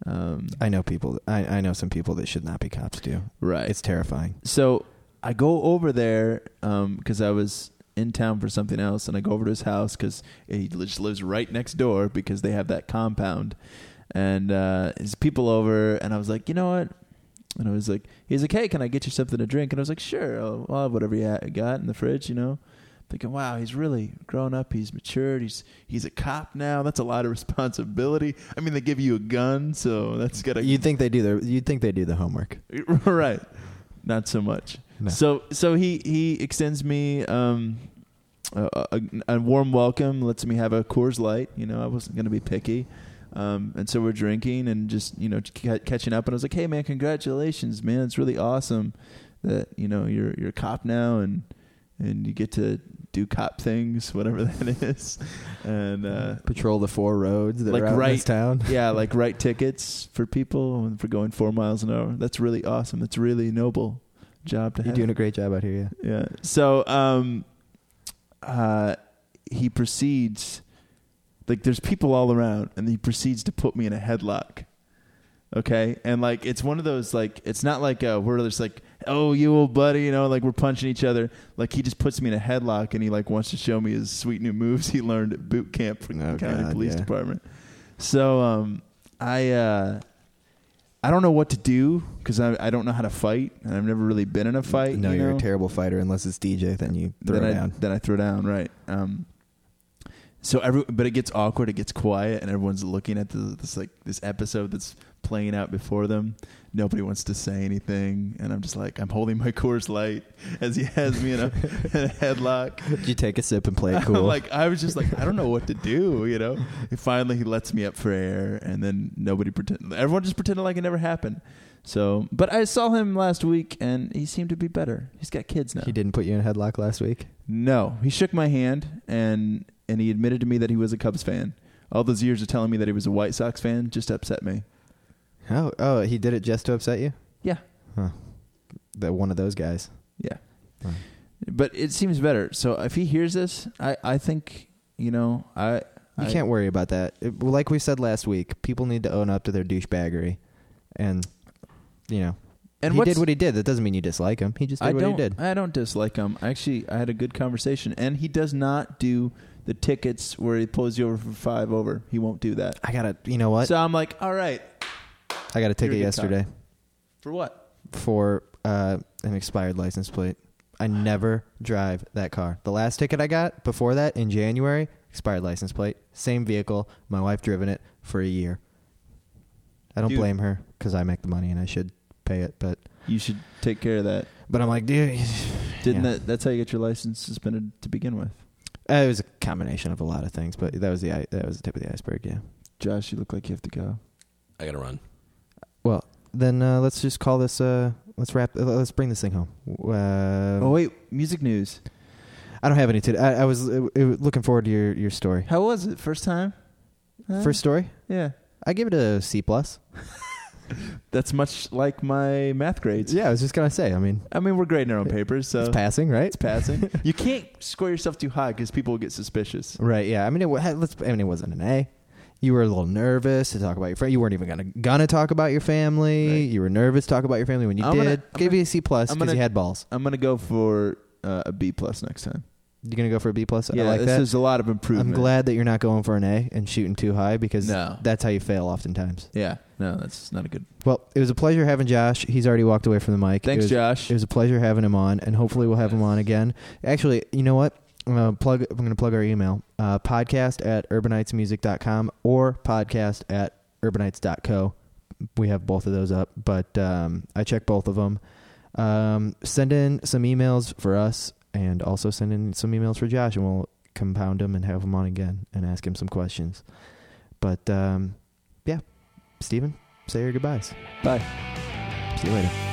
B: Um,
A: I know people. I, I know some people that should not be cops too.
B: right.
A: It's terrifying.
B: So I go over there because I was in town for something else, and I go over to his house because he li- just lives right next door because they have that compound, and uh, his people over, and I was like, you know what? And I was like, he's like, hey, can I get you something to drink? And I was like, sure, I'll, I'll have whatever you ha- got in the fridge, you know. Thinking, wow, he's really grown up. He's matured. He's he's a cop now. That's a lot of <laughs> responsibility. I mean, they give you a gun, so that's got to
A: You'd think they do their. You'd think they do the homework.
B: <laughs> right not so much
A: No.
B: so so he he extends me um a, a, a warm welcome lets me have a Coors Light you know I wasn't going to be picky um, and so we're drinking and just you know ca- catching up and I was like hey man congratulations man it's really awesome that you know you're you're a cop now and and you get to do cop things <laughs> whatever that is and uh
A: Patrol the four roads that
B: Like
A: are out in this
B: right- <laughs>
A: town.
B: yeah, like write tickets for people and for going four miles an hour. That's really awesome. That's really noble job to
A: You're
B: have.
A: doing a great job out here. Yeah.
B: yeah. <laughs> So um, uh, he proceeds, like there's people all around, and he proceeds to put me in a headlock. Okay, and like it's one of those like it's not like uh we're just like oh you old buddy you know like we're punching each other like he just puts me in a headlock and he like wants to show me his sweet new moves he learned at boot camp for
A: Oh,
B: the county
A: God,
B: police
A: yeah.
B: department. So um, I uh, I don't know what to do because I, I don't know how to fight and I've never really been in a fight.
A: No,
B: you
A: you are
B: know?
A: a terrible fighter unless it's DJ. Then you throw
B: then
A: down.
B: I, then I throw down, right? Um, so every but it gets awkward, it gets quiet, and everyone's looking at the, this like this episode that's playing out before them. Nobody wants to say anything, and I'm just like I'm holding my Coors Light as he
A: <laughs>
B: has me in a, in a
A: <laughs>
B: headlock.
A: you take a sip and <laughs> play it cool.
B: I'm like I was just like I don't know what to do, you know. And finally, he lets me up for air, and then nobody pretend. Everyone just pretended like it never happened. So, but I saw him last week, and he seemed to be better. He's got kids now.
A: He didn't put you in a headlock last week.
B: No, he shook my hand and and he admitted to me that he was a Cubs fan. All those years of telling me that he was a White Sox fan just upset me.
A: Oh, oh, he did it just to upset you.
B: Yeah.
A: Huh. That one of those guys.
B: Yeah.
A: Wow.
B: But it seems better. So if he hears this, I I think you know I
A: You
B: I-
A: can't worry about that. It- like we said last week, people need to own up to their douchebaggery, and you know,
B: and
A: he
B: what's-
A: did what he did. That doesn't mean you dislike him. He just did
B: I
A: what
B: don't
A: he did.
B: I don't dislike him. Actually, I had a good conversation, and he does not do the tickets where he pulls you over for five over. He won't do that.
A: I got a, you know what?
B: So I'm like, all right,
A: I got a
B: you're a
A: ticket
B: good
A: yesterday.
B: for what?
A: for uh, an expired license plate. I never drive that car. The last ticket I got before that in January, expired license plate, same vehicle. My wife driven it for a year. I don't
B: Dude.
A: blame her because I make the money and I should pay it, but
B: You should take care of that.
A: but I'm like, dude, <sighs>
B: Didn't
A: Yeah.
B: that? That's how you get your license suspended to begin with.
A: uh, it was a combination of a lot of things, but that was the i- that was the tip of the iceberg. Yeah.
B: Josh, you look like you have to go.
C: I gotta run.
A: Then uh, let's just call this. Uh, let's wrap. uh, Let's bring this thing home. Uh,
B: oh wait, music news.
A: I don't have any today. I, I was uh, uh, looking forward to your your story.
B: How was it? First time. Huh?
A: First story,
B: Yeah.
A: I give it a C plus.
B: That's much like my math grades.
A: Yeah, I was just gonna say. I mean,
B: I mean, we're grading our own papers, so
A: it's passing, right?
B: it's <laughs> passing. you can't score yourself too high because people will get suspicious.
A: Right. Yeah. I mean, it wa- had- let's. I mean, it wasn't an A. You were a little nervous to talk about your friend. You weren't even gonna gonna talk about your family.
B: Right.
A: You were nervous to talk about your family when you
B: I'm
A: did.
B: gonna- I'm
A: Give
B: gonna-
A: you a C plus
B: I'm
A: because you
B: gonna-
A: had balls.
B: I'm gonna go for uh, a B plus next time.
A: You gonna go for a B plus?
B: yeah,
A: I like
B: this
A: that.
B: is a lot of improvement.
A: I'm glad that you're not going for an A and shooting too high because
B: No.
A: that's how you fail oftentimes.
B: Yeah. No, that's not a good.
A: Well, it was a pleasure having Josh. He's already walked away from the mic.
B: Thanks,
A: it was,
B: Josh.
A: It was a pleasure having him on, and hopefully we'll have him on again. Actually, you know what? I'm gonna plug. I'm gonna plug our email uh, podcast at urbanitesmusic.com or podcast at urbanites.co. We have both of those up, but um, I check both of them. Um, send in some emails for us, and also send in some emails for Josh, and we'll compound them and have him on again and ask him some questions. But um, yeah, Steven, say your goodbyes.
B: Bye.
A: See you later.